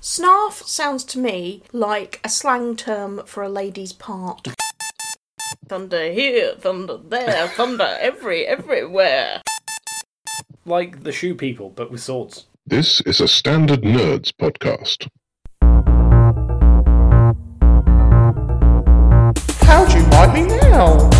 Snarf sounds to me like a slang term for a lady's part. Thunder here, thunder there, thunder every everywhere. Like the shoe people, but with swords. This is a Standard Nerds podcast. How'd you mind me now?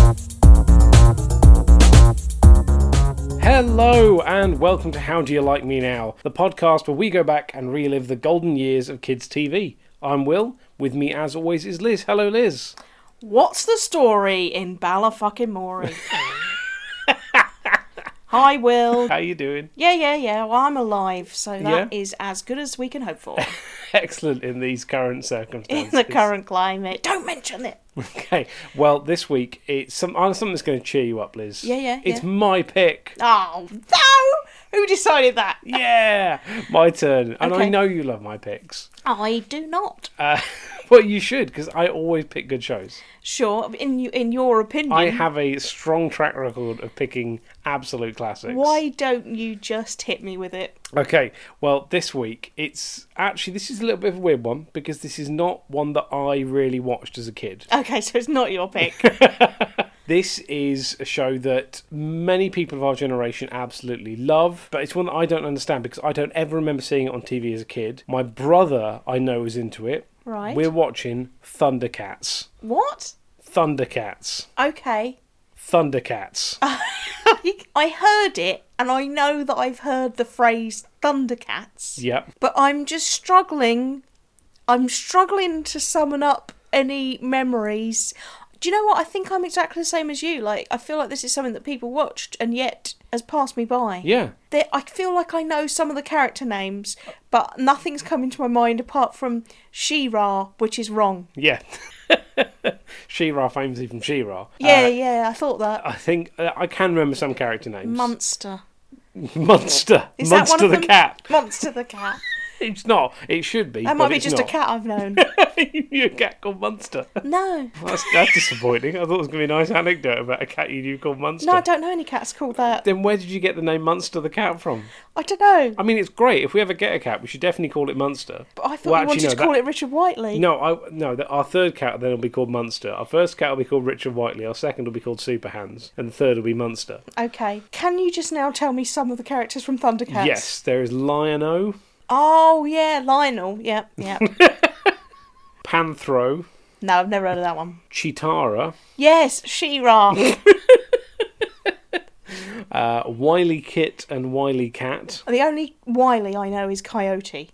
Hello, and welcome to How Do You Like Me Now, the podcast where we go back and relive the golden years of kids' TV. I'm Will. With me, as always, is Liz. Hello, Liz. What's the story in Bala fucking Mori? Hi, Will. How you doing? Yeah, yeah, yeah. Well, I'm alive, so Yeah. that is as good as we can hope for Excellent in these current in circumstances. the current climate. Don't mention it. Okay. Well, this week it's some uh, something that's going to cheer you up, Liz. Yeah, yeah, It's yeah. my pick. Oh, no! Who decided that? Yeah, my turn. And I Okay. know you love my picks, I do not. uh, but you should because I always pick good shows. Sure, in you, in your opinion, I have a strong track record of picking absolute classics. why don't you just hit me with it? Okay, well, this week it's actually this is a little bit of a weird one because this is not one that I really watched as a kid. Okay, so it's not your pick. This is a show that many people of our generation absolutely love, but it's one that I don't understand because I don't ever remember seeing it on TV as a kid. My brother, I know, is into it. Right. We're watching Thundercats. What? Thundercats. Okay. Thundercats. Ah. I heard it and I know that I've heard the phrase Thundercats, yep. but I'm just struggling. I'm struggling to summon up any memories. Do you know what? I think I'm exactly the same as you. Like, I feel like this is something that people watched and yet has passed me by. Yeah. There, I feel like I know some of the character names, but nothing's coming to my mind apart from She-Ra, which is wrong. Yeah. She-Ra, famously from She-Ra. Uh, Yeah, yeah, I thought that. I think uh, I can remember some character names. Monster. Monster. Is that Monster one of the them? cat. Monster the cat. It's not. It should be. That but might be it's just not. a cat I've known. you a cat called Monster. no. That's, that's disappointing. I thought it was going to be a nice anecdote about a cat you knew called Monster. No, I don't know any cats called that. Then where did you get the name Monster the cat from? I don't know. I mean, it's great. If we ever get a cat, we should definitely call it Monster. But I thought Well, you actually, wanted to no, call that- it Richard Whiteley. No, I no. The, our third cat then will be called Monster. Our first cat will be called Richard Whiteley. Our second will be called Super Hands, and the third will be Monster. Okay. Can you just now tell me some of the characters from Thundercats? Yes, there is Lion-O, Oh yeah, Lionel. Yep, yep. Panthro, no, I've never heard of that one. Chitara, Yes, She-Ra. the uh, Wily Kit, and Wily Cat. only Wiley I know is Coyote.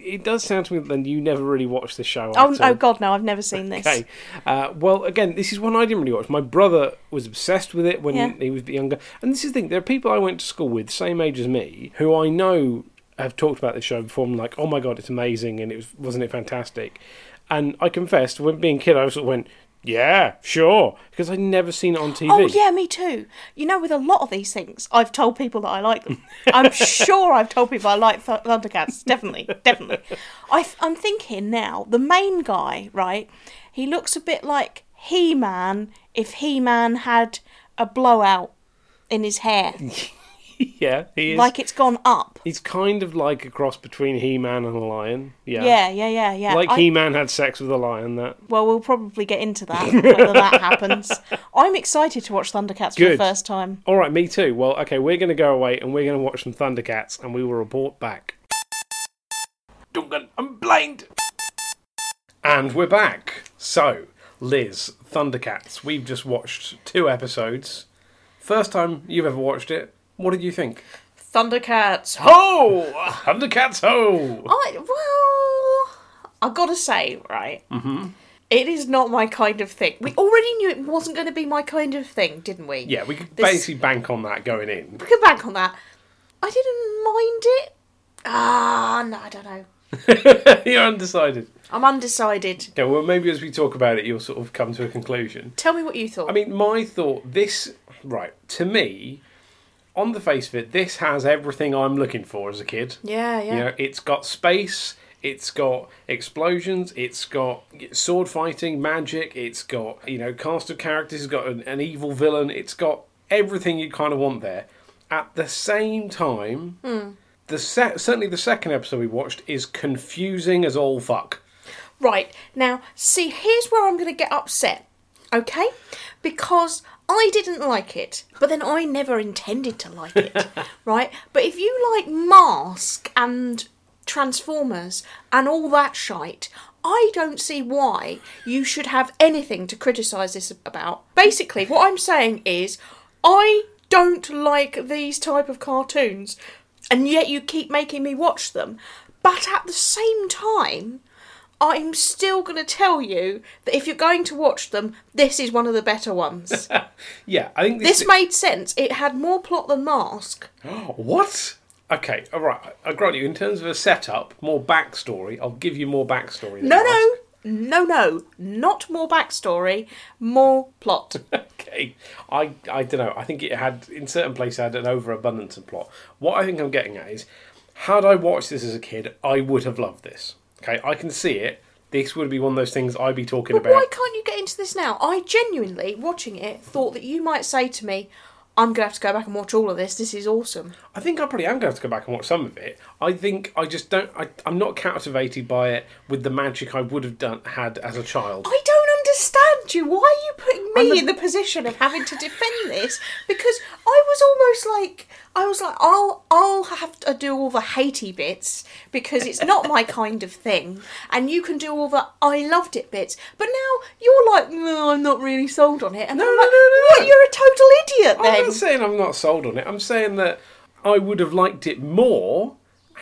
It does sound to me that then you never really watched the show. Oh, at all. oh God, no, I've never seen this. Okay. Uh, well, again, this is one I didn't really watch. My brother was obsessed with it when Yeah. he was a bit younger. And this is the thing there are people I went to school with, same age as me, who I know have talked about this show before. I'm like, oh my God, it's amazing. And it was, wasn't it fantastic? And I confessed, when being a kid, I sort of went, yeah, sure. Because I'd never seen it on TV. Oh yeah, me too. You know, with a lot of these things, I've told people that I like them. I'm sure I've told people I like Th- Thundercats. Definitely, definitely. I th- I'm thinking now. The main guy, right? He looks a bit like He-Man if He-Man had a blowout in his hair, Yeah, he is. like it's gone up. He's kind of like a cross between He Man and a lion. Yeah. Yeah, yeah, yeah, yeah. Like I- He Man had sex with a lion, that. Well, we'll probably get into that whether that happens. I'm excited to watch Thundercats for the Good. first time. All right, me too. Well, okay, we're going to go away and we're going to watch some Thundercats and we will report back. Duncan, I'm blind! And we're back. So, Liz, Thundercats, we've just watched two episodes. First time you've ever watched it. What did you think? Thundercats, Ho! Thundercats ho! I well, I gotta say, right? Mm-hmm. is not my kind of thing. We already knew it wasn't going to be my kind of thing, didn't we? Yeah, we could This- basically bank on that going in. We can bank on that. I didn't mind it. Ah, no, I don't know. You're undecided. I'm undecided. Okay, well, maybe as we talk about it, you'll sort of come to a conclusion. Tell me what you thought. I mean, my thought this right to me, on the face of it, this has everything I'm looking for as a kid. yeah, yeah. You know, it's got space, it's got explosions, it's got sword fighting, magic, it's got you know cast of characters, it's got an, an evil Hmm. villain, it's got everything you kind of want there. At the same time, The se- certainly the second episode we watched is confusing as all fuck. Right, now, see, here's where I'm going to get upset, okay? Because I didn't like it, but then I never intended to like it, right? But if you like Mask and Transformers and all that shite, I don't see why you should have anything to criticise this about. Basically, what I'm saying is, I don't like these type of cartoons, and yet you keep making me watch them. But at the same time, I'm still going to tell you that if you're going to watch them, this is one of the better ones. Yeah, I think this. this made sense. It had more plot than Mask. Oh, what? Okay, all right. I grant you. In terms of a setup, more backstory. I'll give you more backstory. than No, Mask. no, no, no. Not more backstory, more plot. Okay, I I don't know. I think it had in certain places had an overabundance of plot. What I think I'm getting at is, had I watched this as a kid, I would have loved this. Okay, I can see it. This would be one of those things I'd be talking But about. why can't you get into this now? I genuinely, watching it, thought that you might say to me, I'm going to have to go back and watch all of this. This is awesome. I think I probably am going to have to go back and watch some of it. I think I just don't. I, I'm not captivated by it with the magic I would have done had as a child. I don't understand you. Why are you putting me I'm a- in the position of having to defend this? Because I was almost like I was like I'll I'll have to do all the hatey bits because it's not my kind of thing, and you can do all the I loved it bits. But now you're like no, I'm not really sold on it. And no, I'm no, like, no, no, What? no. You're a total idiot I'm then. not saying I'm not sold on it. I'm saying that I would have liked it more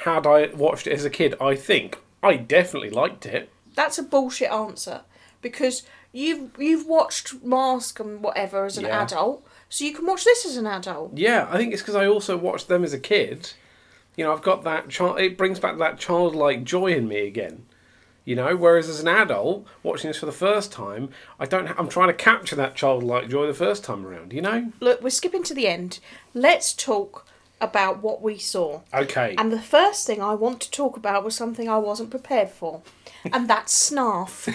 had I watched it as a kid. I think I definitely liked it. That's a bullshit answer because you've you've watched Mask and whatever as an Yeah. adult, so you can watch this as an adult. Yeah, I think it's because I also watched them as a kid. You know, I've got that child. It brings back that childlike joy in me again. You know, whereas as an adult watching this for the first time, I don't. Ha- I'm trying to capture that childlike joy the first time around. You know. look, we're skipping to the end. Let's talk about what we saw. Okay. And the first thing I want to talk about was something I wasn't prepared for, and that's Snarf.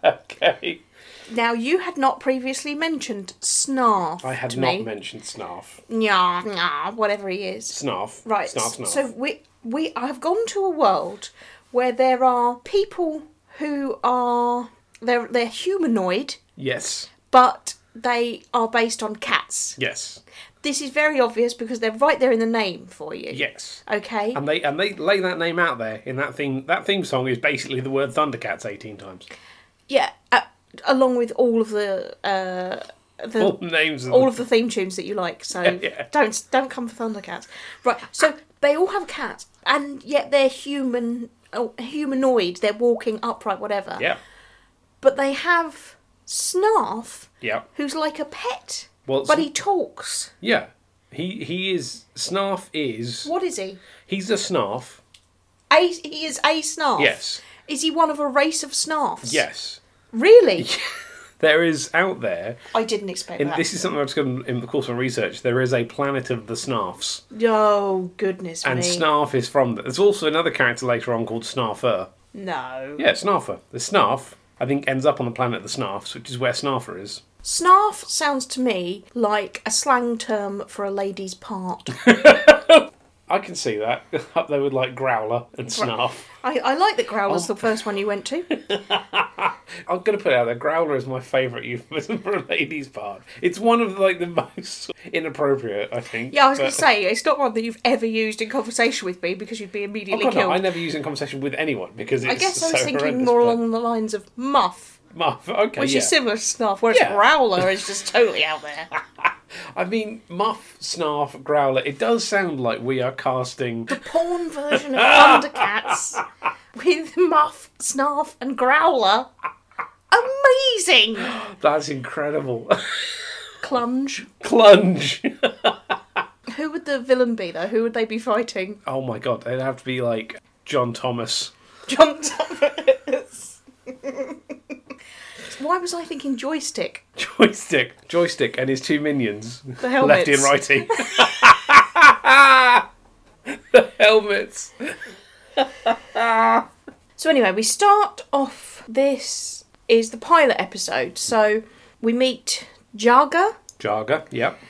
okay. now, you had not previously mentioned Snarf. I had to not me. mentioned Snarf. Nyah, nyah, whatever he is. Snarf. Right. Snarf. Snarf. So we we I've gone to a world where there are people who are they're they're humanoid, yes. but they are based on cats. Yes. This is very obvious because they're right there in the name for you. Yes. Okay. And they and they lay that name out there in that theme. That theme song is basically the word Thundercats eighteen times. Yeah, uh, along with all of the uh, the All names. Of all of the theme tunes that you like. So Oh. Yeah. don't don't come for Thundercats. Right. So they all have cats, and yet they're human, oh, humanoid. They're walking upright, whatever. Yeah. But they have Snarf, Yeah. who's like a pet, Well, but Sn- he talks. Yeah. He he is Snarf is What is he? he's a Snarf. A, he is a Snarf. Yes. Is he one of a race of Snarfs? Yes. Really? There is out there, I didn't expect and that. this is something I've discovered in the course of my research. There is a planet of the Snarfs, Oh goodness and me! Snarf is from. th- There's also another character later on called Snarfer. no. Yeah, Snarfer. The Snarf, I think, ends up on the planet of the Snarfs, which is where Snarfer is. Snarf sounds to me like a slang term for a lady's part. I can see that up there with like Growler and Snarf. I, I like that Growler's Oh. the first one you went to. I'm gonna put it out there. Growler is my favourite euphemism for a lady's part. It's one of like the most inappropriate, I think. Yeah, I was but- going to say, it's not one that you've ever used in conversation with me because you'd be immediately Oh, God, killed. no, I never use it in conversation with anyone because it's I guess I was so thinking horrendous, more but- along the lines of Muff, Muff. Okay, which yeah. is similar to Snarf, whereas Yeah. Growler is just totally out there. I mean, Muff, Snarf, Growler. It does sound like we are casting. Porn version of Thundercats with Muff, Snarf, and Growler. Amazing! That's incredible. Clunge. Clunge. Who would the villain be, though? Who would they be fighting? oh my God, it'd have to be like John Thomas. John Thomas. Why was I thinking joystick? Joystick, joystick, and his two minions, The lefty and helmets. righty. the helmets. So anyway, we start off. This is the pilot episode. So we meet Jaga, Jaga, yep.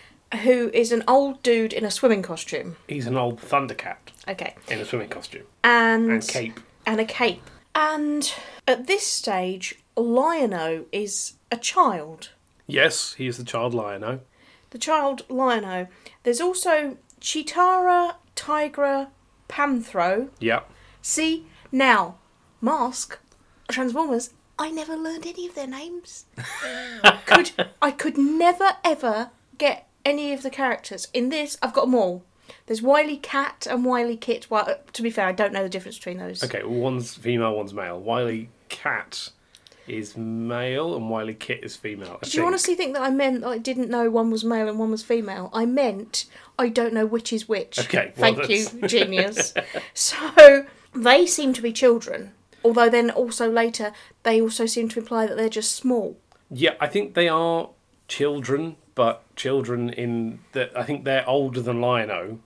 who is an old dude in a swimming costume. He's an old Thundercat Okay. in a swimming costume And, and cape. And a cape. And at this stage, Lion-O is a child. Yes, he is the child lion eh? The child Lion-O. There's also Chitara, Tigra, Panthro. Yep. See, now, Mask, Transformers, I never learned any of their names. could I could never ever get any of the characters. In this, I've got them all. There's Wily Cat and Wily Kit. Well, uh, to be fair, I don't know the difference between those. Okay, well, one's female, one's male. Wiley Cat is male and Wiley Kit is female. I Did you think. honestly think that I meant that I didn't know one was male and one was female? I meant I don't know which is which. Okay, well, Thank you, genius. so they seem to be children, although then also later they also seem to imply that they're just small. Yeah, I think they are children, but children in that I think they're older than Lion-O,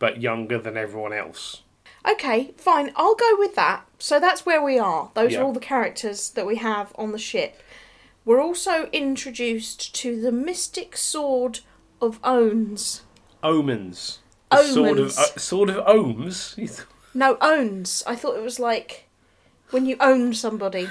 but younger than everyone else. Okay, fine. I'll go with that. So that's where we are. Those Yeah. are all the characters that we have on the ship. We're also introduced to the mystic sword of Owns. Omens. A Sort of, Omens. uh, sort of ohms. He's- No, Owns. I thought it was like when you own somebody.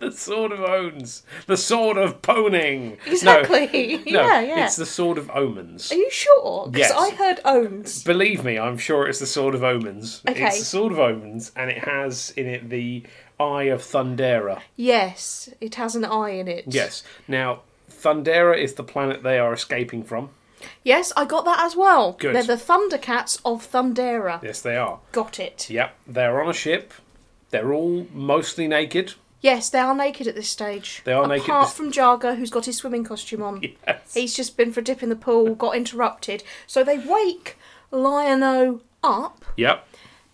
the sword of ohms. The sword of poning. No, Exactly. No, yeah, yeah. It's the sword of omens. Are you sure? Because Yes. I heard Owns. Believe me, I'm sure it's the Sword of Omens. Okay. It's the Sword of Omens, and it has in it the Eye of Thundera. Yes, it has an eye in it. Yes. Now, Thundera is the planet they are escaping from. Yes, I got that as well. Good. They're the Thundercats of Thundera. Yes, they are. Got it. Yep. They're on a ship. They're all mostly naked. Yes, they are naked at this stage. They are Apart naked. Apart from Jargo, who's got his swimming costume on. Yes. He's just been for a dip in the pool, got interrupted. So they wake Lion-O up Yep.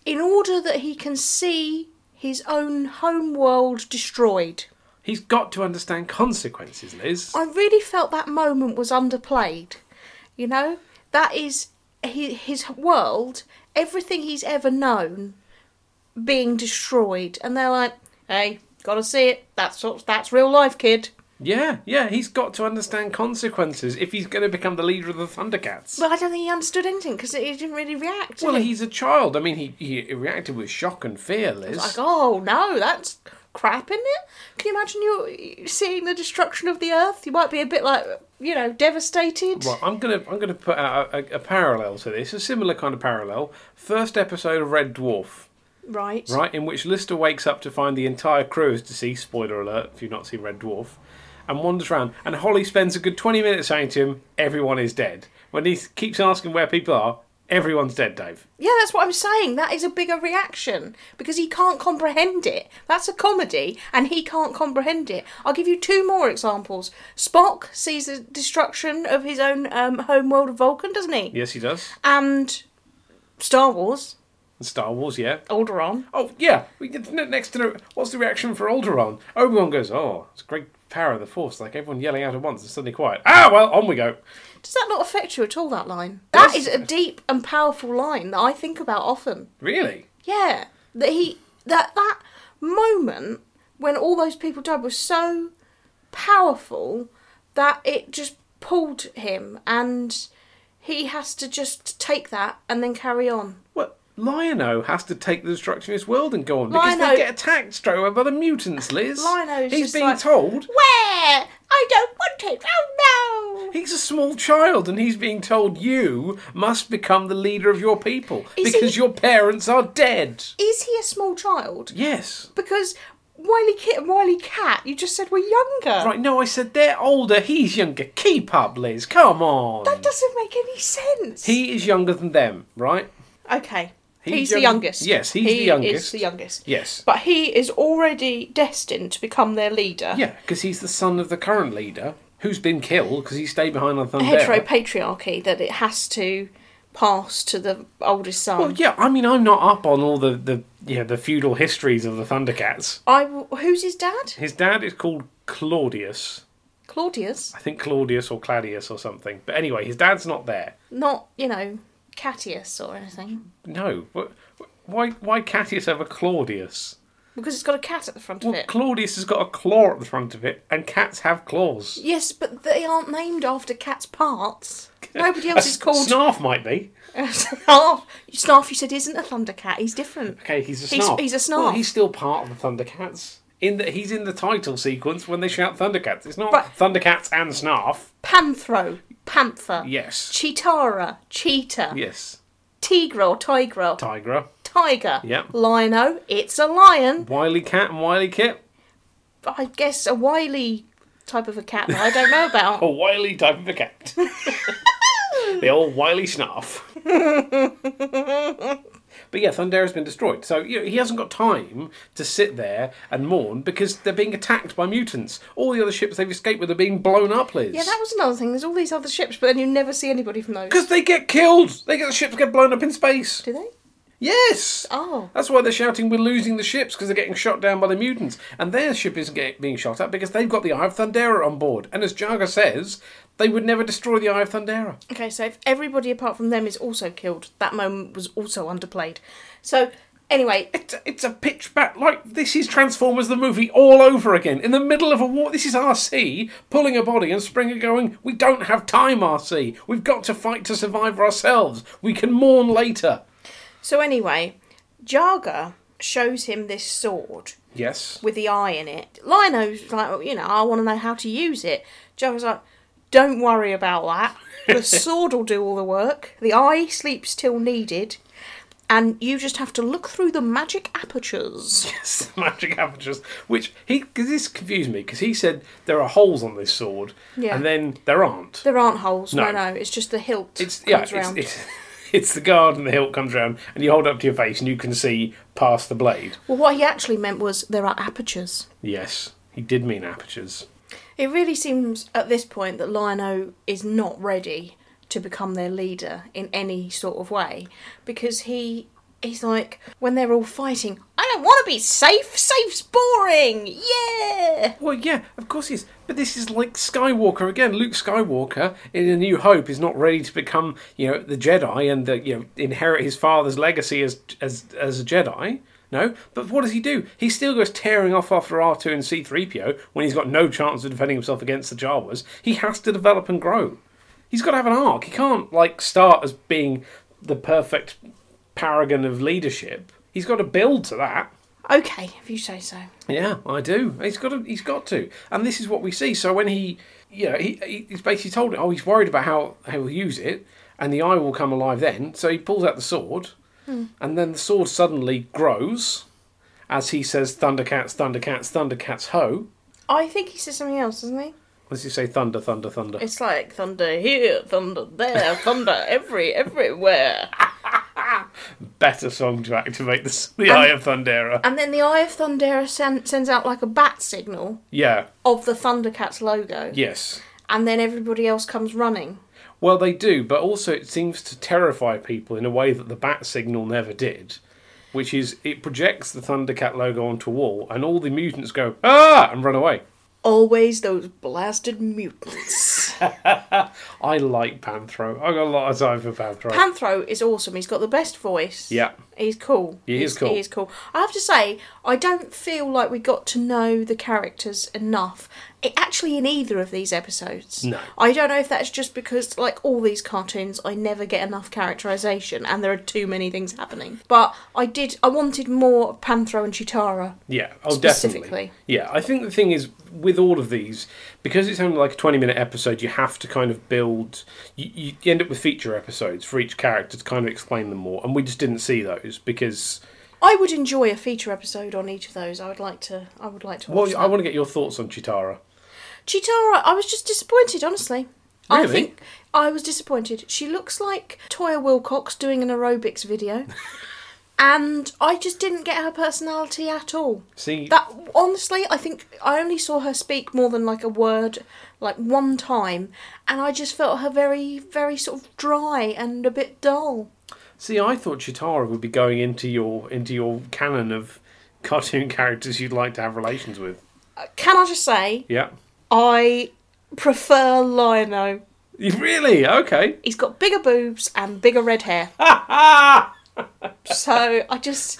in order that he can see his own home world destroyed. He's got to understand consequences, Liz. I really felt that moment was underplayed. You know, that is his, his world, everything he's ever known, being destroyed, and they're like, "Hey, gotta see it. That's what- that's real life, kid." Yeah, yeah, he's got to understand consequences if he's going to become the leader of the Thundercats. But I don't think he understood anything because he didn't really react. did well, he? he's a child. I mean, he, he reacted with shock and fear, Liz. like, "Oh no, that's crap, isn't it?" Can you imagine you seeing the destruction of the Earth? You might be a bit like, you know, devastated. Right, I'm gonna I'm gonna put out a, a, a parallel to this, a similar kind of parallel. First episode of Red Dwarf, Right. right, in which Lister wakes up to find the entire crew is deceased. Spoiler alert: if you've not seen Red Dwarf, and wanders around, and Holly spends a good twenty minutes saying to him, "Everyone is dead." When he keeps asking where people are, everyone's dead, Dave. Yeah, that's what I'm saying. That is a bigger reaction because he can't comprehend it. That's a comedy, and he can't comprehend it. I'll give you two more examples. Spock sees the destruction of his own um, home world of Vulcan, doesn't he? Yes, he does. And Star Wars, And Star Wars, yeah. Alderaan. Oh, yeah. We get n- next to the, what's the reaction for Alderaan? Obi Wan goes, "Oh, it's great power of the Force!" Like everyone yelling out at once, and suddenly quiet. Ah, well, on we go. Does that not affect you at all? That line. That is Yes. a deep and powerful line that I think about often. Really? Yeah, that he that that moment when all those people died was so powerful that it just pulled him, and he has to just take that and then carry on. Well, Lion-O has to take the destructionist world and go on because Lion-O- they get attacked straight away by the mutants, Liz. Lion-O's he's just being like- told Where I don't want it. Oh no! he's a small child and he's being told you must become the leader of your people Is because he- your parents are dead. Is he a small child? Yes. Because Wiley Kit and Wiley Cat, you just said were younger. Right, no, I said they're older, he's younger. Keep up, Liz. Come on. That doesn't make any sense. He is younger than them, right? Okay. He's He's, the young- youngest. yes, he's he the youngest. is the youngest. Yes. But he is already destined to become their leader. Yeah, because he's the son of the current leader who's been killed because he stayed behind on Thunder. Heteropatriarchy that it has to pass to the oldest son. Well, yeah, I mean, I'm not up on all the the yeah the feudal histories of the Thundercats. I w- who's his dad? His dad is called Claudius. Claudius, I think Claudius or Claudius or something. But anyway, his dad's not there. not you know Catius or anything. No, wh- wh- why why Catius over Claudius? because it's got a cat at the front of Well, it. Claudius has got a claw at the front of it, and cats have claws. Yes, but they aren't named after cat's parts. Nobody else A is called Snarf might be. Snarf. Snarf, you said, isn't a thundercat. He's different. Okay, he's a He's- snarf. he's a Well, snarf. he's still part of the Thundercats. In that he's in the title sequence when they shout Thundercats. It's not Right. Thundercats and Snarf. Panthro, panther. Yes. Cheetara, cheetah. Yes. Tigre or tigra, Tigra. tiger. Yep. Lino, it's a lion. Wily Cat and Wily Kit. I guess a wily type of a cat that I don't know about. A Oh, wily type of a cat. the old wily snarf. but yeah, Thundera's been destroyed. So you know, he hasn't got time to sit there and mourn because they're being attacked by mutants. All the other ships they've escaped with are being blown up, Liz. Yeah, that was another thing. There's all these other ships, but then you never see anybody from those. Because they get killed. They get the ships get blown up in space. Do they? Yes. Oh. That's why they're shouting, "We're losing the ships" because they're getting shot down by the mutants, and their ship isn't get, being shot at because they've got the Eye of Thundera on board. And as Jaga says, they would never destroy the Eye of Thundera. Okay, so if everybody apart from them is also killed, that moment was also underplayed. So, anyway, It's it's a pitch back like this is Transformers the movie all over again in the middle of a war. This is RC pulling a body and Springer going, "We don't have time, RC. We've got to fight to survive ourselves. We can mourn later." so anyway, Jaga shows him this sword Yes. with the eye in it. Lino's like, well, you know, I want to know how to use it. Jaga's like, don't worry about that. The sword will do all the work. The eye sleeps till needed, and you just have to look through the magic apertures. It's the magic apertures, which he because this confused me because he said there are holes on this sword, Yeah. and then there aren't. There aren't holes. No, No. no, it's just the hilt. It's yeah, comes it's, round. it's it's the guard and the hilt comes round, and you hold up to your face, and you can see past the blade. Well, what he actually meant was there are apertures. Yes, he did mean apertures. It really seems at this point that Lino is not ready to become their leader in any sort of way because he he's like when they're all fighting, I don't want to be safe. Safe's boring. Yeah. Well, yeah, of course he is. But this is like Skywalker again. Luke Skywalker in A New Hope is not ready to become, you know, the Jedi and the, you know inherit his father's legacy as as as a Jedi. No, but what does he do? He still goes tearing off after R two and C three PO when he's got no chance of defending himself against the Jawas. He has to develop and grow. He's got to have an arc. He can't like start as being the perfect paragon of leadership. He's got to build to that. Okay, if you say so. Yeah, I do. He's got to. He's got to. And this is what we see. So when he, you know, he, he- he's basically told it. Oh, he's worried about how how he'll use it, and the eye will come alive then. So he pulls out the sword, and then the sword suddenly grows, as he says, "Thundercats, Thundercats, Thundercats, ho!" I think he says something else, doesn't he? What does he say? Thunder, thunder, thunder. It's like thunder here, thunder there, thunder every everywhere. Better song to activate the, the Eye of Thundera. And then the Eye of Thundera sen- sends out like a bat signal Yeah. of the Thundercats logo, Yes. and then everybody else comes running. Well, they do, but also it seems to terrify people in a way that the bat signal never did, which is it projects the Thundercat logo onto a wall, and all the mutants go ah and run away. Always those blasted mutants. I like Panthro. I got a lot of time for Panthro. Panthro is awesome. He's got the best voice. Yeah. He's cool. He is He's- cool. He is cool. I have to say, I don't feel like we got to know the characters enough. i actually, in either of these episodes. No. I don't know if that's just because, like all these cartoons, I never get enough characterisation, and there are too many things happening. But I did. I wanted more of Panthro and Chitara. Yeah, oh, definitely. Specifically. Yeah, I think the thing is with all of these, because it's only like a twenty-minute episode, you have to kind of build. You, you end up with feature episodes for each character to kind of explain them more, and we just didn't see those because. I would enjoy a feature episode on each of those. I would like to. I would like to. Watch Well, that. I want to get your thoughts on Chitara. Chitara, I was just disappointed, honestly. I Really? think I was disappointed. She looks like Toya Wilcox doing an aerobics video. and I just didn't get her personality at all. See, That honestly, I think I only saw her speak more than like a word like one time and I just felt her very very sort of dry and a bit dull. See, I thought Chitara would be going into your into your canon of cartoon characters you'd like to have relations with. Uh, Can I just say Yeah. I prefer Liono. You- Really? Okay. He's got bigger boobs and bigger red hair. Ah! So I just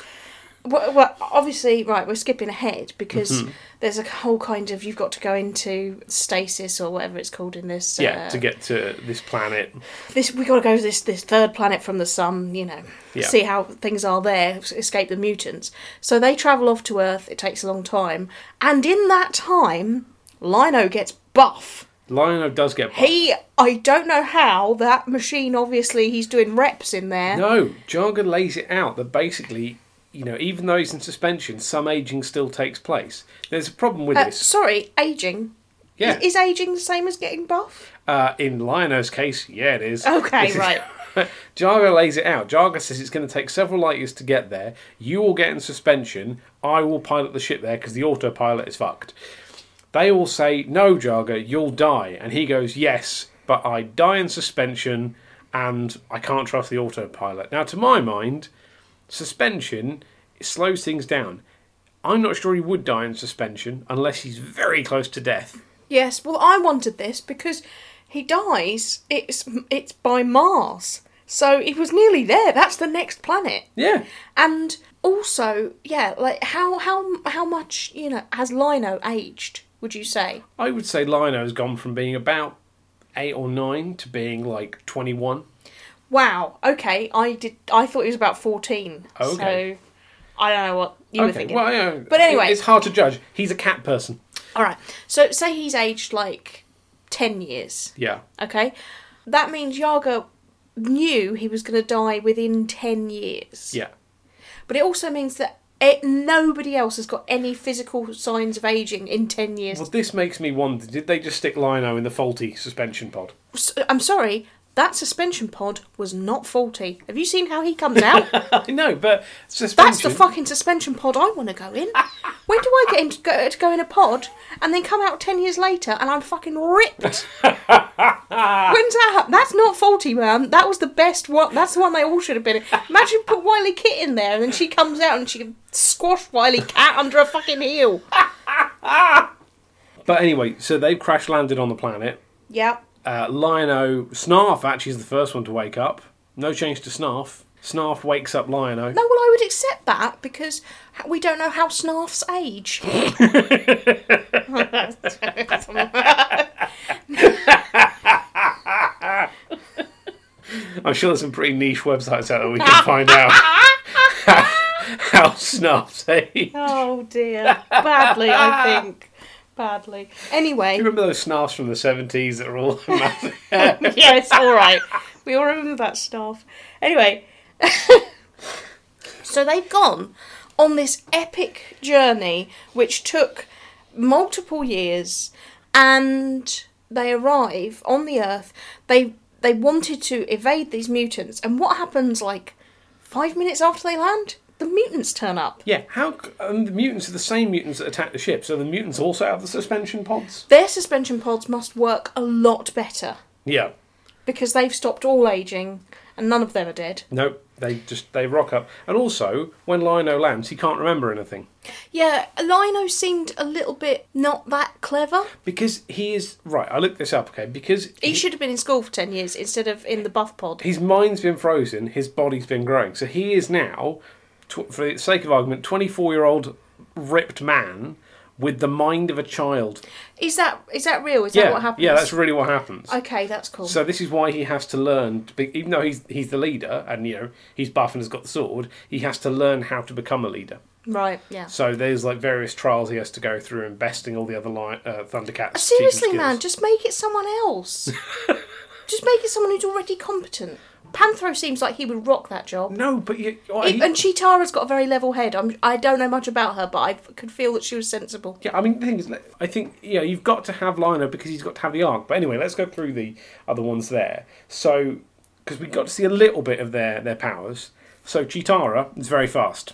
Well, well, obviously, right, we're skipping ahead because Mm-hmm. there's a whole kind of you've got to go into stasis or whatever it's called in this. Yeah, uh, to get to this planet. this we got to go to this this third planet from the sun. You know, Yeah. see how things are there, s- escape the mutants. So they travel off to Earth. It takes a long time, and in that time, Lino gets buff. Lionel does get. Buff. He, I don't know how that machine. Obviously, he's doing reps in there. No, Jargon lays it out that basically, you know, even though he's in suspension, some aging still takes place. There's a problem with Uh, this. sorry, aging. Yeah. Is, is aging the same as getting buff? Uh, in Lionel's case, yeah, it is. Okay, This is- right. Jargo lays it out. Jargo says it's going to take several light years to get there. You will get in suspension. I will pilot the ship there because the autopilot is fucked. They all say, No, Jargo, you'll die. And he goes, Yes, but I die in suspension and I can't trust the autopilot. Now, to my mind, suspension slows things down. I'm not sure he would die in suspension unless he's very close to death. Yes, well, I wanted this because he dies. It's it's by Mars, so he was nearly there. That's the next planet. Yeah. And also, yeah, like how how how much you know has Lino aged? Would you say? I would say Lino's gone from being about eight or nine to being like 21. Wow. Okay, I did. I thought he was about fourteen. Oh, Okay. So I don't know what you were thinking. Well, yeah, But anyway. it's hard to judge. He's a cat person. All right. So say he's aged like ten years. Yeah. Okay, that means Yaga knew he was going to die within ten years. Yeah. But it also means that it, nobody else has got any physical signs of aging in 10 years. Well, this makes me wonder did they just stick Lino in the faulty suspension pod? S- I'm sorry, that suspension pod was not faulty. Have you seen how he comes out? I know, but suspension. That's the fucking suspension pod I want to go in. When do I get in to go, to go in a pod and then come out 10 years later and I'm fucking ripped? When's that? hap- That's not faulty, man. That was the best one. That's the one they all should have been in. Imagine put Wiley Kit in there and then she comes out and she can squash Wiley Cat under a fucking heel. But anyway, so they've crash landed on the planet. Yep. Uh, Lino. Snarf actually is the first one to wake up. No change to Snarf. Snarf wakes up Lino. No, well, I would accept that because h- we don't know how snarfs age. I'm sure there's some pretty niche websites out there we can find out how Snarf's age. Do Oh dear. Badly, I think. Badly. Anyway, you remember those Snarfs from the 70s that are all massive? Yes, all right. We all remember that stuff. anyway. so they've gone on this epic journey which took multiple years and they arrive on the earth. They they wanted to evade these mutants and what happens like 5 minutes after they land? The mutants turn up. Yeah, how c- and the mutants are the same mutants that attack the ship, so the mutants also have the suspension pods. Their suspension pods must work a lot better. Yeah, because they've stopped all aging and none of them are dead. nope, they just they rock up. And also, when Lino lands, he can't remember anything Yeah, Lino seemed a little bit not that clever. because he is right. I looked this up, okay? Because He he- should have been in school for 10 years instead of in the buff pod. his mind's been frozen, his body's been growing, so he is now, tw- for the sake of argument, twenty-four-year-old ripped man with the mind of a child. Is that is that real? Is yeah, that what happens? yeah, that's really what happens. Okay, that's cool. So this is why he has to learn, to be, even though he's he's the leader and you know he's buff and has got the sword, he has to learn how to become a leader. right, yeah. So there's like various trials he has to go through, and besting all the other li- uh, Thundercats. teaching Seriously, skills. man, just make it someone else. just make it someone who's already competent. Panthro seems like he would rock that job. No, but you, oh, It- he- and Chitara's got a very level head. I'm, I don't know much about her, but I could feel that she was sensible. yeah, I mean the thing is, like, I think you know you've got to have Lino because he's got to have the arc. But anyway, let's go through the other ones there. So because we got to see a little bit of their their powers. So Chitara is very fast.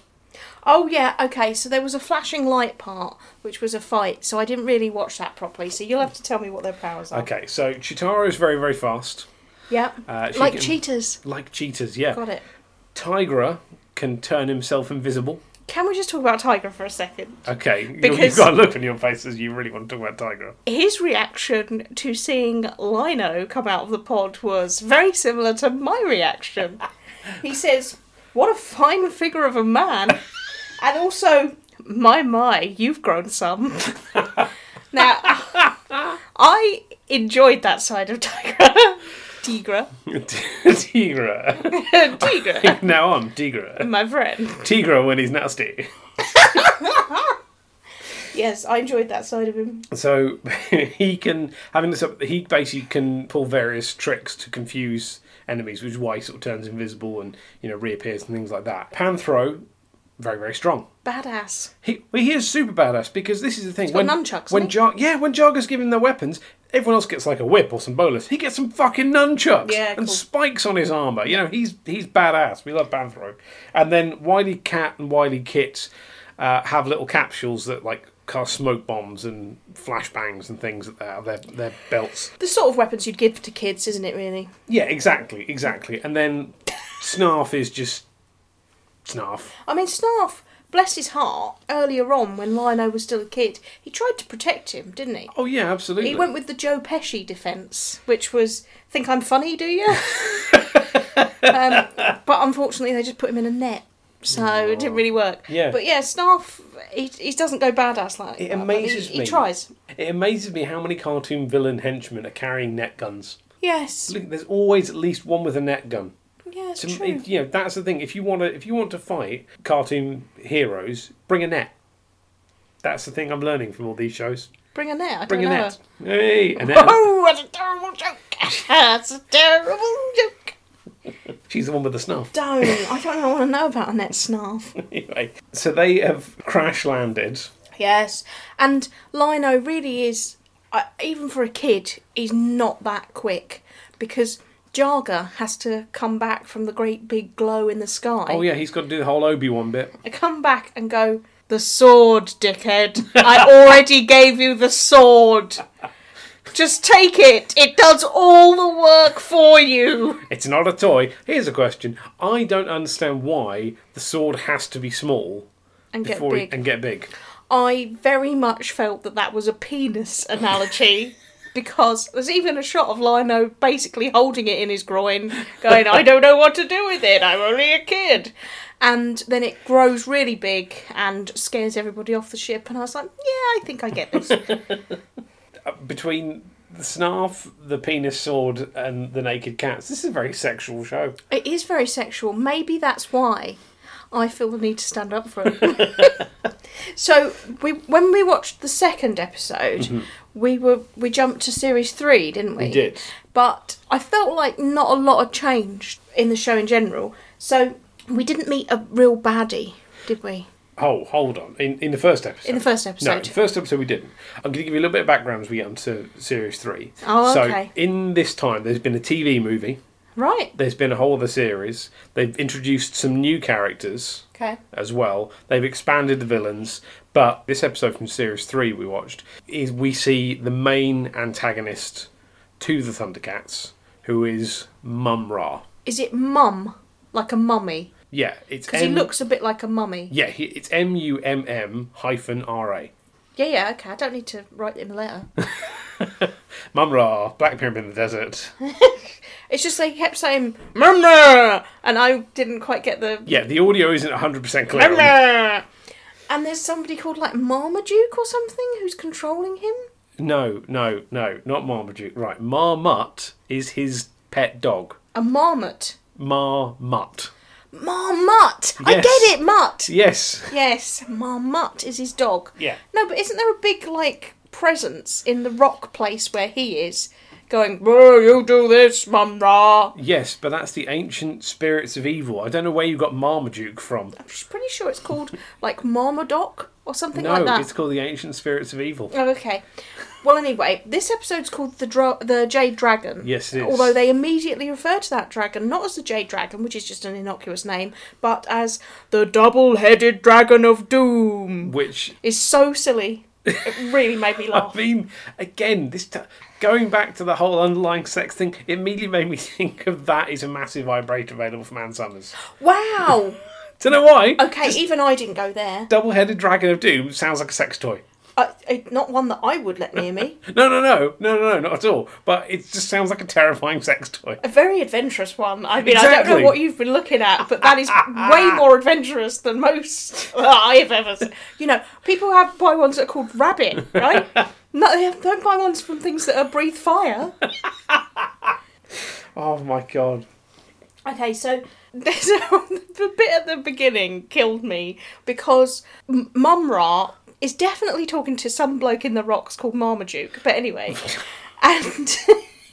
Oh yeah, okay. So there was a flashing light part, which was a fight. So I didn't really watch that properly. So you'll have to tell me what their powers are. Okay, so Chitara is very very fast, Yep. Uh, she like can- cheetahs. like cheetahs. Yeah, Got it. Tigra can turn himself invisible. Can we just talk about Tiger for a second? Okay, you- you've Because- got a look on your faces. You really want to talk about Tigra. His reaction to seeing Lino come out of the pod was very similar to my reaction. He says, What a fine figure of a man! And also, my my, you've grown some. now, I enjoyed that side of Tigra. Tigra. Tigra. Tigra. now I'm Tigra. My friend. Tigra when he's nasty. Yes, I enjoyed that side of him. So he can, having this up, he basically can pull various tricks to confuse enemies, which is why he sort of turns invisible and you know reappears and things like that. Panthro, very very strong. Badass. He well, he is super badass because this is the thing. got nunchucks, when hasn't Jar- yeah, when Jargo's giving their weapons, everyone else gets like a whip or some bolus. He gets some fucking nunchucks Yeah, and cool. spikes on his armor. You know, he's he's badass. We love Banthro. And then Wily Cat and Wily Kit uh, have little capsules that like cast smoke bombs and flashbangs and things that are their their belts. The sort of weapons you'd give to kids, isn't it, really? Yeah, exactly, exactly. And then Snarf is just Snarf. I mean, Snarf, bless his heart, earlier on when Lino was still a kid, he tried to protect him, didn't he? Oh yeah, absolutely. He went with the Joe Pesci defence, which was think I'm funny, do you? um, but unfortunately, they just put him in a net, so it didn't really work. Yeah. But yeah, Snarf, he, he doesn't go badass like It that, but amazes he, He me. tries. It amazes me how many cartoon villain henchmen are carrying net guns. Yes. Look, there's always at least one with a net gun. Yeah, it's So, true. it- you know, that's the thing. If you want to, if you want to fight cartoon heroes, bring a net. That's the thing I'm learning from all these shows. Bring a net. I Bring a don't know. net. Hey, a net. Oh, that's a terrible joke. that's a terrible joke. She's the one with the snuff. Don't. I don't want to know about a net snarf. Anyway, so they have crash landed. yes. And Lino really is, uh, even for a kid, he's not that quick because Jarga has to come back from the great big glow in the sky. Oh yeah, he's got to do the whole Obi Wan bit. Come back and go, the sword, dickhead. I already gave you the sword. Just take it. It does all the work for you. It's not a toy. Here's a question: I don't understand why the sword has to be small And get before big. He, and get big. I very much felt that that was a penis analogy because there's even a shot of Lino basically holding it in his groin, going, I don't know what to do with it, I'm only a kid. And then it grows really big and scares everybody off the ship. And I was like, yeah, I think I get this. between the snarf, the penis sword, and the naked cats. This is a very sexual show. it is very sexual. Maybe that's why I feel the need to stand up for it. so we, when we watched the second episode, we were we jumped to series three, didn't we? We did. But I felt like not a lot had changed in the show in general. So we didn't meet a real baddie, did we? Oh, hold on. In in the first episode. In the first No, in episode. the first episode we didn't. I'm going to give you a little bit of background as we get onto series three. Oh, So okay. in this time, there's been a TV movie. Right. There's been a whole other series. They've introduced some new characters. Okay. as well. They've expanded the villains, but this episode from series three we watched is we see the main antagonist to the Thundercats, who is Mum Ra. Is it mum? Like a mummy? Yeah, it's Because he looks a bit like a mummy. Yeah, he, it's M U M M hyphen R A. Yeah, yeah, okay. I don't need to write him a letter. Mum Ra, Black Pyramid in the Desert. It's just they kept saying murmur, and I didn't quite get the Yeah, the audio isn't 100% clear. on- murmur. And there's somebody called like Marmaduke or something who's controlling him. No, no, no, not Marmaduke. Right, Marmot is his pet dog. A marmot, Marmot. marmot. I Yes. get it, mutt. Yes. Yes, marmot is his dog. Yeah. No, but isn't there a big like presence in the rock place where he is, going? "Bruh, You do this, mum rah. Yes, but that's the ancient spirits of evil. I don't know where you got Marmaduke from. I'm just pretty sure it's called like Marmadoc or something No, like that. it's called the ancient spirits of evil. Oh, okay. Well, anyway, this episode's called the Dra- the Jade Dragon. Yes, it is. Although they immediately refer to that dragon not as the Jade Dragon, which is just an innocuous name, but as the double-headed dragon of doom. Which Is so silly. It really made me I laugh. mean, again, this t- going back to the whole underlying sex thing, it immediately made me think of that is a massive vibrator available from Ann Summers. Wow. Don't know why. Okay, even I didn't go there. Double-headed dragon of doom sounds like a sex toy. I, I, not one that I would let near me. No, no, no, no, no, no, not at all. But it just sounds like a terrifying sex toy. A very adventurous one. I mean, I don't Exactly. know what you've been looking at, but that is way more adventurous than most that I've ever seen. You know, people have buy ones that are called rabbit, right? no, they have- don't buy ones from things that are breathe fire. Oh my god. Okay, so there's a, the bit at the beginning killed me because M- Mum Ra is definitely talking to some bloke in the rocks called Marmaduke. But anyway, and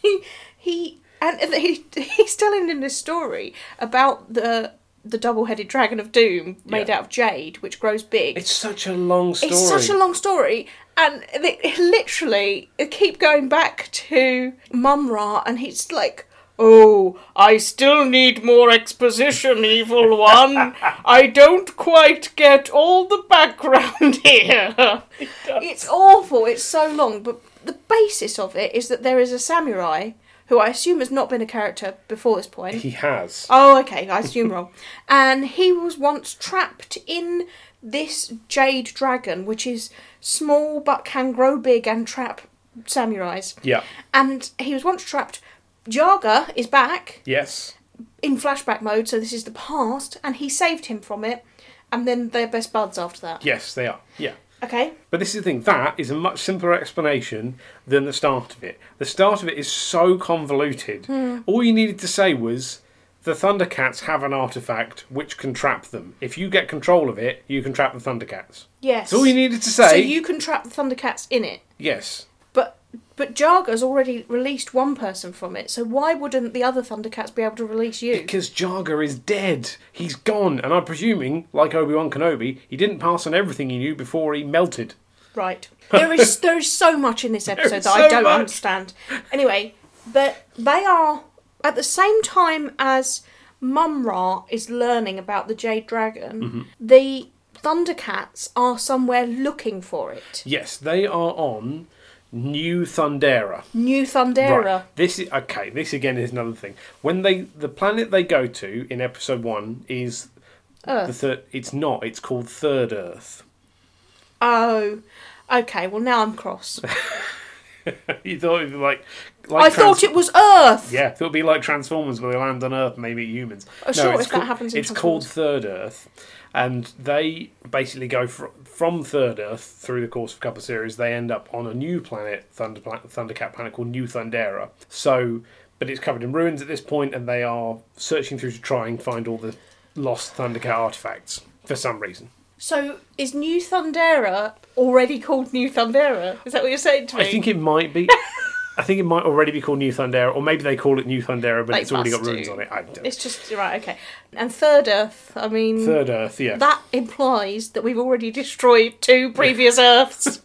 he, he and he, he's telling him this story about the the double-headed dragon of doom made Yeah. out of jade, which grows big. It's such a long story. It's such a long story, and they it literally they keep going back to Mum Ra, and he's like, "Oh, I still need more exposition, evil one. I don't quite get all the background here." it's awful. It's so long, but the basis of it is that there is a samurai who I assume has not been a character before this point. He has. Oh, okay, I assume wrong. And he was once trapped in this jade dragon, which is small but can grow big and trap samurais. Yeah. And he was once trapped. Jaga is back Yes. in flashback mode, so this is the past, and he saved him from it. And then they're best buds after that. Yes, they are. Yeah. Okay. But this is the thing, that is a much simpler explanation than the start of it. The start of it is so convoluted. Hmm. All you needed to say was the Thundercats have an artifact which can trap them. If you get control of it, you can trap the Thundercats. Yes. That's all you needed to say. So you can trap the Thundercats in it, Yes. but but Jaga's already released one person from it. So why wouldn't the other Thundercats be able to release you? Because Jaga is dead. He's gone. And I'm presuming, like Obi Wan Kenobi, he didn't pass on everything he knew before he melted. Right. There is there is so much in this episode that is so I don't much. understand. Anyway, but they are at the same time as Mum Ra is learning about the Jade Dragon, Mm-hmm. the Thundercats are somewhere looking for it. Yes, they are on New Thundera. New Thundera. Right. This is okay. This again is another thing. When they the planet they go to in episode one is the third. It's not. It's called Third Earth. Oh. Okay, well now I'm cross. you thought it'd be like, like I thought it was Earth. Yeah, it would be like Transformers where they land on Earth and they meet humans. Oh, sure, it's if that called- happens in It's called Third Earth, and they basically go fr- from Third Earth through the course of a couple of series. They end up on a new planet, Thunder pla- Thundercat planet called New Thundera. So, but it's covered in ruins at this point, and they are searching through to try and find all the lost Thundercat artifacts for some reason. So is New Thundera already called New Thundera? Is that what you're saying to me? I think it might be. I think it might already be called New Thundera, or maybe they call it New Thundera, but They it's already got must ruins do. on it. I don't. it's just right, okay. And Third Earth, I mean Third Earth, yeah. That implies that we've already destroyed two previous Earths,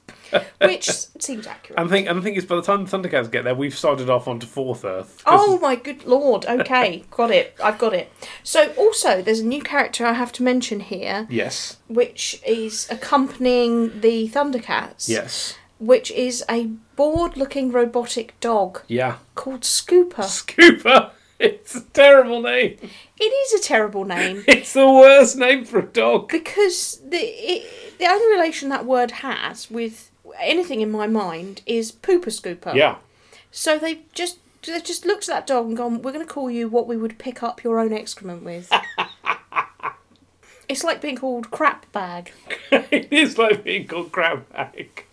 which seems accurate. I'm think I'm thinking it's by the time the Thundercats get there, we've started off onto Fourth Earth. 'Cause Oh my good lord! Okay, got it. I've got it. So also, there's a new character I have to mention here, Yes. which is accompanying the Thundercats. Yes. Which is a bored-looking robotic dog Yeah. called Scooper. Scooper. It's a terrible name. It is a terrible name It's the worst name for a dog. because the it, the only relation that word has with anything in my mind is pooper scooper. Yeah. So they just they've just looked at that dog and gone, "We're going to call you what we would pick up your own excrement with." it's like being called crap bag. it is like being called crab bag.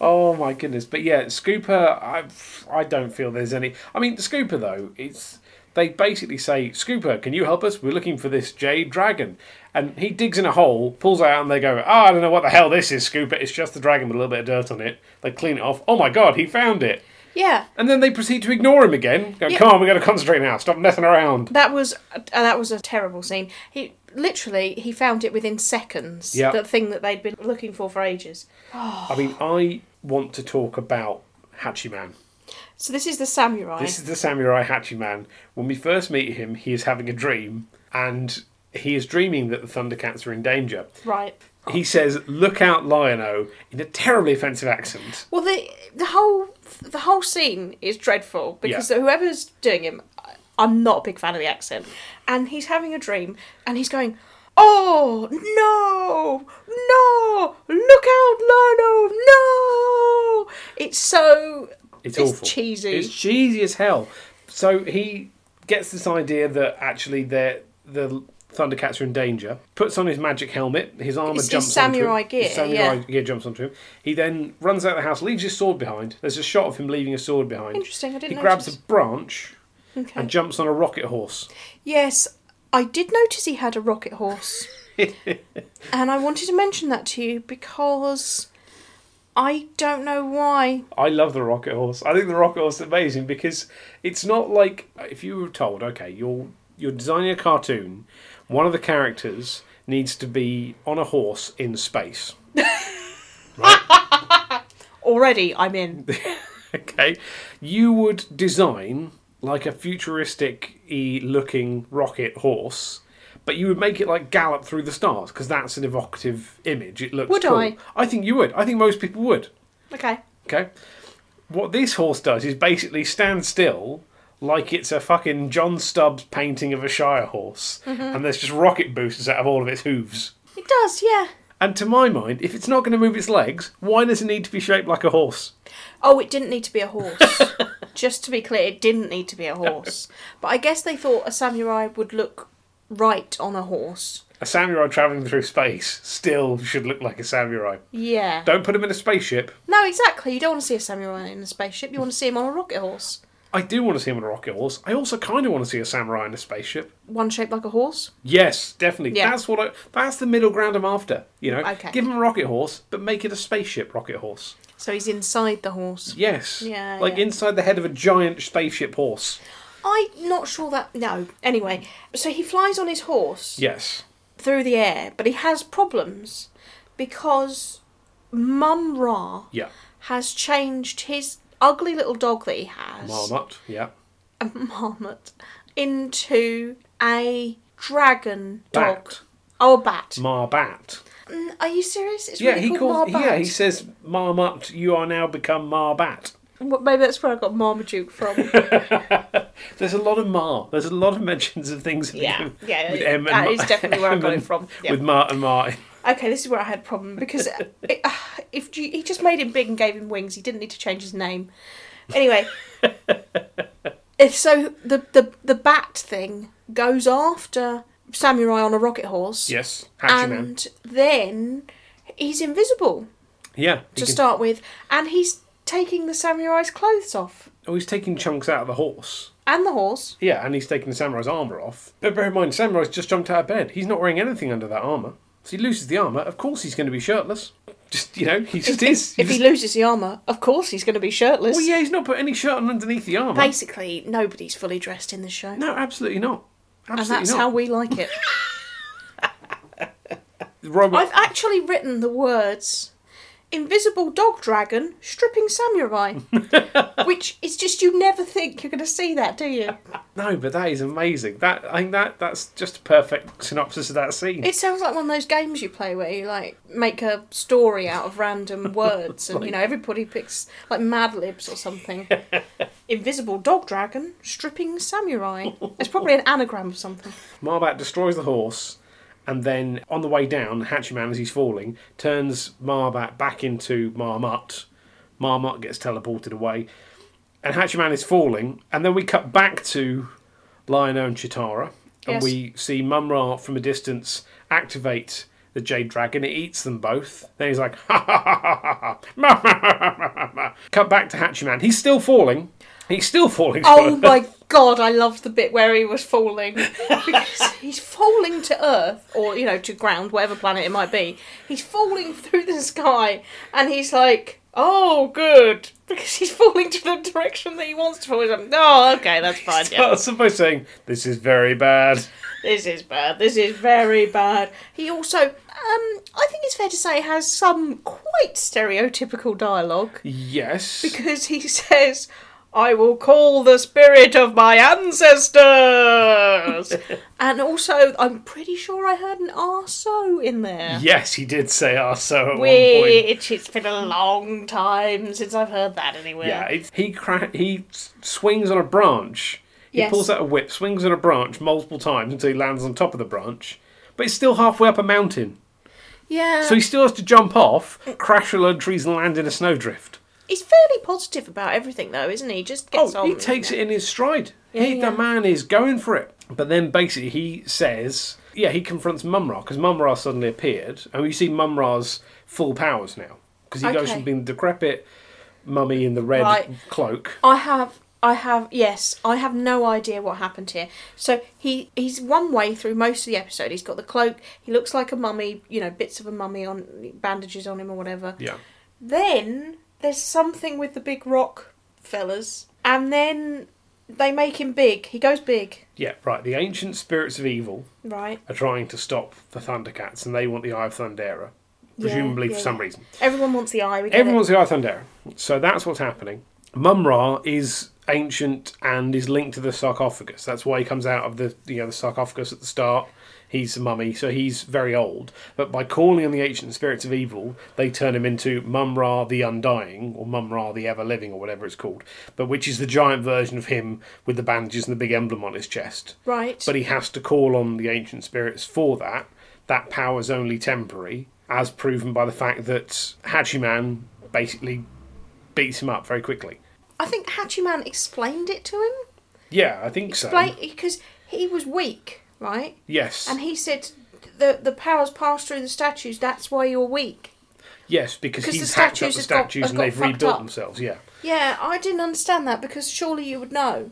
Oh my goodness. But yeah, Scooper, I I don't feel there's any I mean Scooper though, it's they basically say, Scooper, can you help us? We're looking for this jade dragon. And he digs in a hole, pulls out, and they go, Oh, I don't know what the hell this is, Scooper. It's just the dragon with a little bit of dirt on it. They clean it off. Oh my god, he found it. Yeah, And then they proceed to ignore him again. Go, Yeah. come on, we gotta concentrate now. Stop messing around. that was uh, that was a terrible scene. He literally he found it within seconds. Yeah. the thing that they'd been looking for for ages. I mean, I want to talk about Hachiman. So this is the samurai. This is the samurai Hachiman. When we first meet him, he is having a dream, and he is dreaming that the Thundercats are in danger. right. He says, "Look out, Lion-O!" in a terribly offensive accent. Well, the the whole the whole scene is dreadful because Yeah. whoever's doing him, I- I'm not a big fan of the accent, and he's having a dream and he's going, Oh no, no! Look out, Lionel! No! It's so It's, It's awful. cheesy. It's cheesy as hell. So he gets this idea that actually they're, the Thundercats are in danger. Puts on his magic helmet. His armor It's his jumps samurai onto him. His gear, samurai yeah. gear jumps onto him. He then runs out of the house, leaves his sword behind. There's a shot of him leaving his sword behind. Interesting, I didn't He grabs notice. a branch and jumps on a rocket horse. yes. I did notice he had a rocket horse, and I wanted to mention that to you because I don't know why. I love the Rocket Horse. I think the Rocket Horse is amazing because it's not like if you were told, okay, you're you're designing a cartoon, one of the characters needs to be on a horse in space. Already, I'm in. Okay, you would design like a futuristic y looking rocket horse. But you would make it like gallop through the stars because that's an evocative image. It looks Would cool. I? I think you would. I think most people would. Okay. Okay. What this horse does is basically stand still like it's a fucking John Stubbs painting of a Shire horse, Mm-hmm. and there's just rocket boosters out of all of its hooves. It does, yeah. And to my mind, if it's not going to move its legs, why does it need to be shaped like a horse? Oh, it didn't need to be a horse. Just to be clear, it didn't need to be a horse. But I guess they thought a samurai would look right on a horse. A samurai travelling through space still should look like a samurai. Yeah. Don't put him in a spaceship. No, exactly. You don't want to see a samurai in a spaceship. You want to see him on a rocket horse. I do want to see him on a rocket horse. I also kind of want to see a samurai in a spaceship. One shaped like a horse. Yes, definitely. Yeah. That's what I, that's the middle ground I'm after. You know, Okay. give him a rocket horse, but make it a spaceship rocket horse. So he's inside the horse. Yes. Yeah, Like yeah. inside the head of a giant spaceship horse. I'm not sure that. No. Anyway, so he flies on his horse Yes. through the air, but he has problems because Mum Ra Yeah. has changed his ugly little dog that he has. Marmot. Yeah. a marmot into a dragon dog. Bat. Oh, a bat. Marbat. Mm, Are you serious? It's Yeah, really he called calls. Marbat. Yeah, he says, "Marmot, you are now become Marbat." Well, Maybe that's where I got Marmaduke from. There's a lot of Mar. There's a lot of mentions of things. in the Yeah, game yeah, with M and that Ma- is definitely where I M got it and- from, yeah. With Mar and Martin. okay, this is where I had a problem because uh, it, uh, if you, he just made him big and gave him wings, he didn't need to change his name. Anyway, if so, the, the the bat thing goes after samurai on a rocket horse. Yes. Hatchiman. And then he's invisible. yeah. he to can- start with, and he's taking the samurai's clothes off Oh, he's taking chunks out of the horse. and the horse. Yeah, and he's taking the samurai's armor off. But bear in mind, samurai's just jumped out of bed. He's not wearing anything under that armor. So he loses the armor. Of course, he's going to be shirtless. Just you know, he just is. If just- he loses the armor, of course he's going to be shirtless. Well, yeah, he's not put any shirt on underneath the armor. Basically, nobody's fully dressed in this show, No, absolutely not. and Absolutely that's not. how we like it. Robert, I've actually written the words "invisible dog dragon stripping samurai," which is just you never think you're going to see that, do you? No, but that is amazing. That I think that that's just a perfect synopsis of that scene. It sounds like one of those games you play where you like make a story out of random words, and you know everybody picks like Mad Libs or something. Invisible dog dragon stripping samurai. It's probably an anagram of something. Marbat destroys the horse, and then on the way down, Hatchiman, as he's falling, turns Marbat back into Marmot. Marmot gets teleported away, and Hatchiman is falling. And then we cut back to Lionel and Chitara, and Yes. we see Mumra from a distance activate the Jade Dragon. It eats them both. Then he's like, ha ha ha ha ha, ma, ma, ma, ma, ma, ma. Cut back to Hatchiman. He's still falling. He's still falling. Oh my god, I loved the bit where he was falling because he's falling to Earth or you know to ground, whatever planet it might be. He's falling through the sky, and he's like. Oh, good! Because he's falling to the direction that he wants to fall. He's like, oh, okay, that's fine. Yeah. Starts off by saying, "This is very bad." This is bad. This is very bad. He also, um, I think it's fair to say, has some quite stereotypical dialogue Yes. because he says, "I will call the spirit of my ancestors," and also, I'm pretty sure I heard an arso in there. Yes, he did say Arso at one point. Which it's been a long time since I've heard that anywhere. Yeah, it's, he cra- he s- swings on a branch. He Yes. pulls out a whip, swings on a branch multiple times until he lands on top of the branch. But it's still halfway up a mountain. Yeah. So he still has to jump off, crash through a load of trees, and land in a snowdrift. He's fairly positive about everything, though, isn't he? He Just gets Oh, on. he takes it in his stride. he, The man is going for it. But then basically he says, yeah, he confronts Mumra because Mumra suddenly appeared. And we see Mumra's full powers now because he goes Okay. from being the decrepit mummy in the red Right. cloak. I have, I have, yes, I have no idea what happened here. So he he's one way through most of the episode. He's got the cloak. He looks like a mummy. You know, bits of a mummy on bandages on him or whatever. Yeah. Then there's something with the big rock fellas, and then they make him big. He goes big, Yeah, right. The ancient spirits of evil right? are trying to stop the Thundercats and they want the Eye of Thundera, presumably yeah, for some yeah. reason. Everyone wants the eye. We get Everyone's the Eye of Thundera. So that's what's happening. Mumra is ancient and is linked to the sarcophagus. That's why he comes out of the you know the sarcophagus at the start. He's a mummy, so he's very old. But by calling on the ancient spirits of evil, they turn him into Mumra the Undying, or Mumra the Ever Living, or whatever it's called. But which is the giant version of him with the bandages and the big emblem on his chest. it. right. But he has to call on the ancient spirits for that. That power's only temporary, as proven by the fact that Hachiman basically beats him up very quickly. I think Hachiman explained it to him. Yeah, I think Explain so. because he was weak, right? Yes. And he said the the powers pass through the statues. That's why you're weak. yes, because 'cause the he's hacked up statues the has got- statues has and got they've fucked rebuilt up. themselves, yeah. Yeah, I didn't understand that because surely you would know.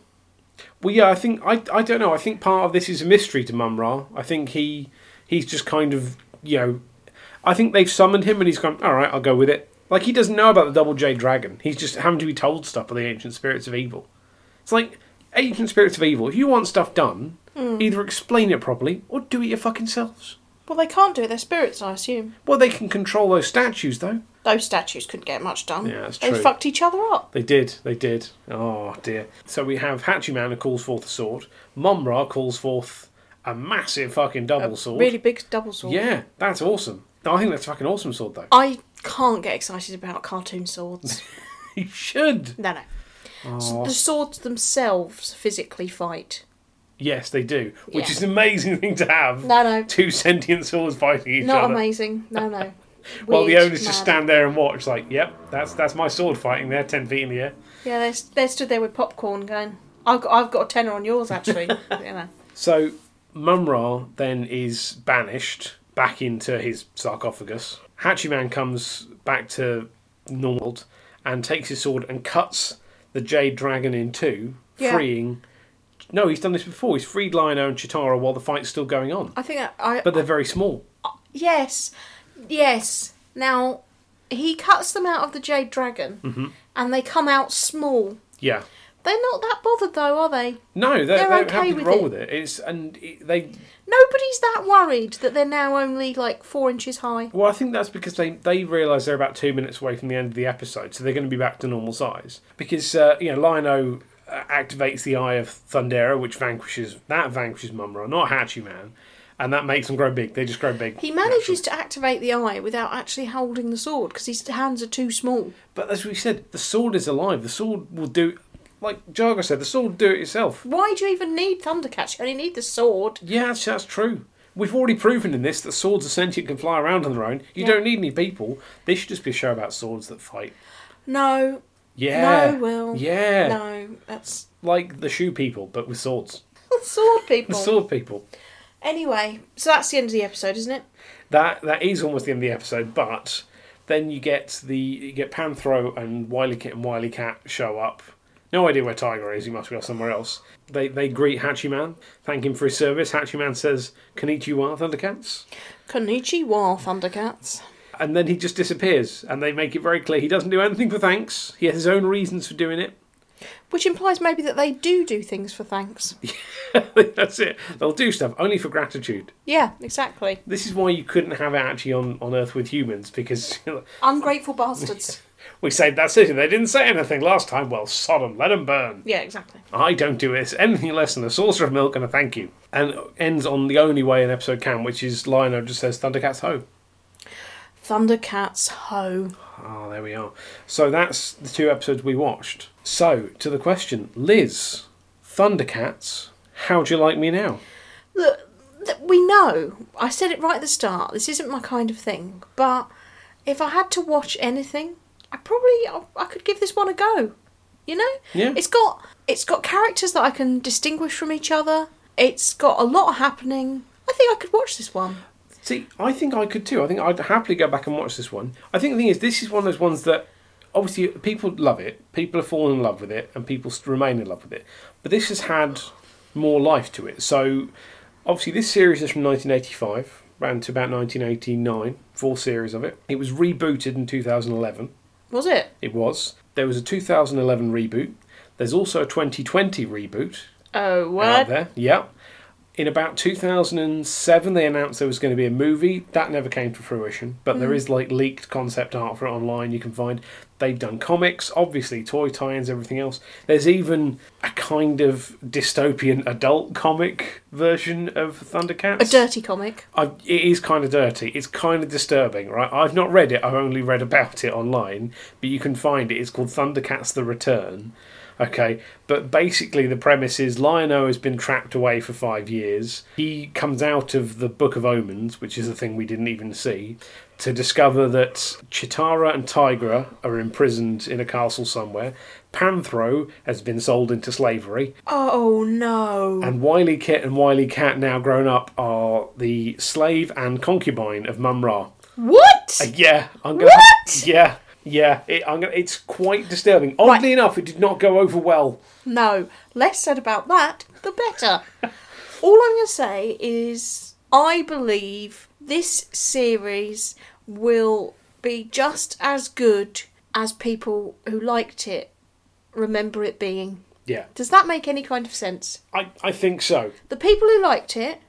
Well, yeah, I think I, I don't know. I think part of this is a mystery to Mumra. I think he he's just kind of you know, I think they've summoned him and he's gone. All right, I'll go with it. Like he doesn't know about the double J dragon. He's just having to be told stuff by the ancient spirits of evil. It's like ancient spirits of evil. If you want stuff done, either explain it properly or do it your fucking selves. Well, they can't do it. They're spirits, I assume. Well, they can control those statues though. Those statues couldn't get much done. Yeah, that's they true. fucked each other up. They did, they did. Oh dear. So we have Hachiman who calls forth a sword. Mumra calls forth a massive fucking double sword. Really big double sword. Yeah, that's awesome. I think that's a fucking awesome sword, though. I can't get excited about cartoon swords. You should. no, no. S- the swords themselves physically fight. Yes, they do, which Yeah. is an amazing thing to have. No, no. Two sentient swords fighting each Not other. amazing. No, no. Well, the Weird, owners just mad. stand there and watch, like, yep, that's that's my sword fighting there, ten feet in the air. Yeah, they they stood there with popcorn going. I've got, I've got a tenner on yours actually. you know. So Mumra then is banished back into his sarcophagus. Hachiman comes back to normal and takes his sword and cuts the jade dragon in two, Yeah. freeing. No, he's done this before. He's freed Lionel and Chitara while the fight's still going on. I think I, I But they're very small. Yes, yes. Now he cuts them out of the jade dragon, Mm-hmm. and they come out small. Yeah. They're not that bothered though, are they? No, they're, They're they're okay happy with to roll it. with it. It's and it, they. Nobody's that worried that they're now only like four inches high. Well, I think that's because they they realise they're about two minutes away from the end of the episode, so they're going to be back to normal size. Because uh, you know, Lino uh, activates the Eye of Thundera, which vanquishes that vanquishes Mumra, not Hachiman, and that makes them grow big. They just grow big. He manages to activate the eye without actually holding the sword because his hands are too small. But as we said, the sword is alive. The sword will do. Like Jargo said, the sword will do it itself. Why do you even need Thundercats? You only need the sword. Yeah, that's, that's true. We've already proven in this that swords are sentient, can fly around on their own. You don't need any people. This should just be a show about swords that fight. No, Yeah. no, Will. Yeah. No, that's Like the shoe people, but with swords. sword The people. sword people. Anyway, so that's the end of the episode, isn't it? That that is almost the end of the episode, but then you get the you get Panthro and Wily Kit and Wily Cat show up. No idea where Tiger is, he must be off somewhere else. They they greet Hachiman, thank him for his service. Hachiman says, Konnichiwa, Thundercats. Konnichiwa, Thundercats. And then he just disappears, and they make it very clear he doesn't do anything for thanks. He has his own reasons for doing it. Which implies maybe that they do do things for thanks. That's it. They'll do stuff only for gratitude. Yeah, exactly. This is why you couldn't have it actually on, on Earth with humans, because Ungrateful bastards. We saved that city. They didn't say anything last time. Well, Sodom, let 'em burn. Yeah, exactly. I don't do this. Anything less than a saucer of milk and a thank you. And ends on the only way an episode can, which is Lionel just says Thundercats ho. Thundercats ho. Ah, there we are. So that's the two episodes we watched. So to the question, Liz, Thundercats, how do you like me now? Look, th- we know. I said it right at the start. This isn't my kind of thing. But if I had to watch anything, I probably I, I could give this one a go. You know, Yeah. it's got it's got characters that I can distinguish from each other. It's got a lot happening. I think I could watch this one. See, I think I could too. I think I'd happily go back and watch this one. I think the thing is, this is one of those ones that obviously people love it, people have fallen in love with it, and people st- remain in love with it. But this has had more life to it. So, obviously, this series is from 1985, ran to about 1989, four series of it. It was rebooted in 2011. Was it? It was. There was a 2011 reboot. There's also a 2020 reboot Oh, out what? there. Yeah. In about 2007, they announced there was going to be a movie. That never came to fruition, but Hmm. there is like leaked concept art for it online you can find. They've done comics, obviously, toy tie ins, everything else. There's even a kind of dystopian adult comic version of Thundercats. A dirty comic. I, it is kind of dirty. It's kind of disturbing, right? I've not read it. I've only read about it online, but you can find it. It's called Thundercats: The Return. Okay, but basically the premise is Lion-O has been trapped away for five years. He comes out of the Book of Omens, which is a thing we didn't even see, to discover that Chitara and Tigra are imprisoned in a castle somewhere. Panthro has been sold into slavery. Oh no. And Wily Kit and Wily Cat, now grown up, are the slave and concubine of Mum Ra. What? Yeah, I'm gonna. What? Yeah, yeah. It, I'm gonna. It's quite disturbing. Oddly enough, it did not go over well. No, less said about that, the better. All I'm going to say is I believe this series will be just as good as people who liked it remember it being. Yeah, Does that make any kind of sense? I, I think so. The people who liked it,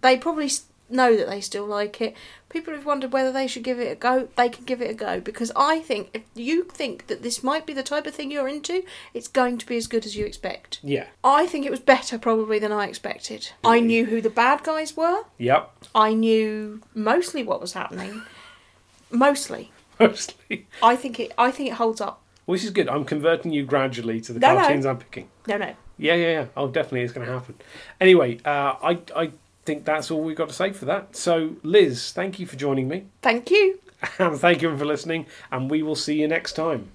they probably s- know that they still like it. People who've wondered whether they should give it a go, they can give it a go because I think if you think that this might be the type of thing you're into, it's going to be as good as you expect. Yeah. I think it was better probably than I expected. I knew who the bad guys were. Yep. I knew mostly what was happening. mostly. Mostly. I think it I think it holds up. Which is good. I'm converting you gradually to the No, no. cartoons I'm picking. No no. Yeah, yeah, yeah. Oh, definitely, it's going to happen. Anyway, uh, I I think that's all we've got to say for that. So, Liz, thank you for joining me, Thank you. and thank you for listening. And we will see you next time.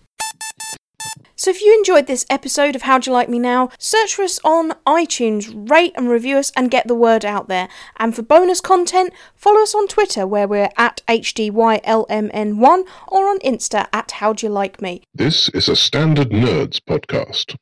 So if you enjoyed this episode of How'd You Like Me Now, search for us on iTunes, rate and review us and get the word out there. And for bonus content, follow us on Twitter where we're at HDYLMN1 or on Insta at How'd You Like Me. This is a Standard Nerds podcast.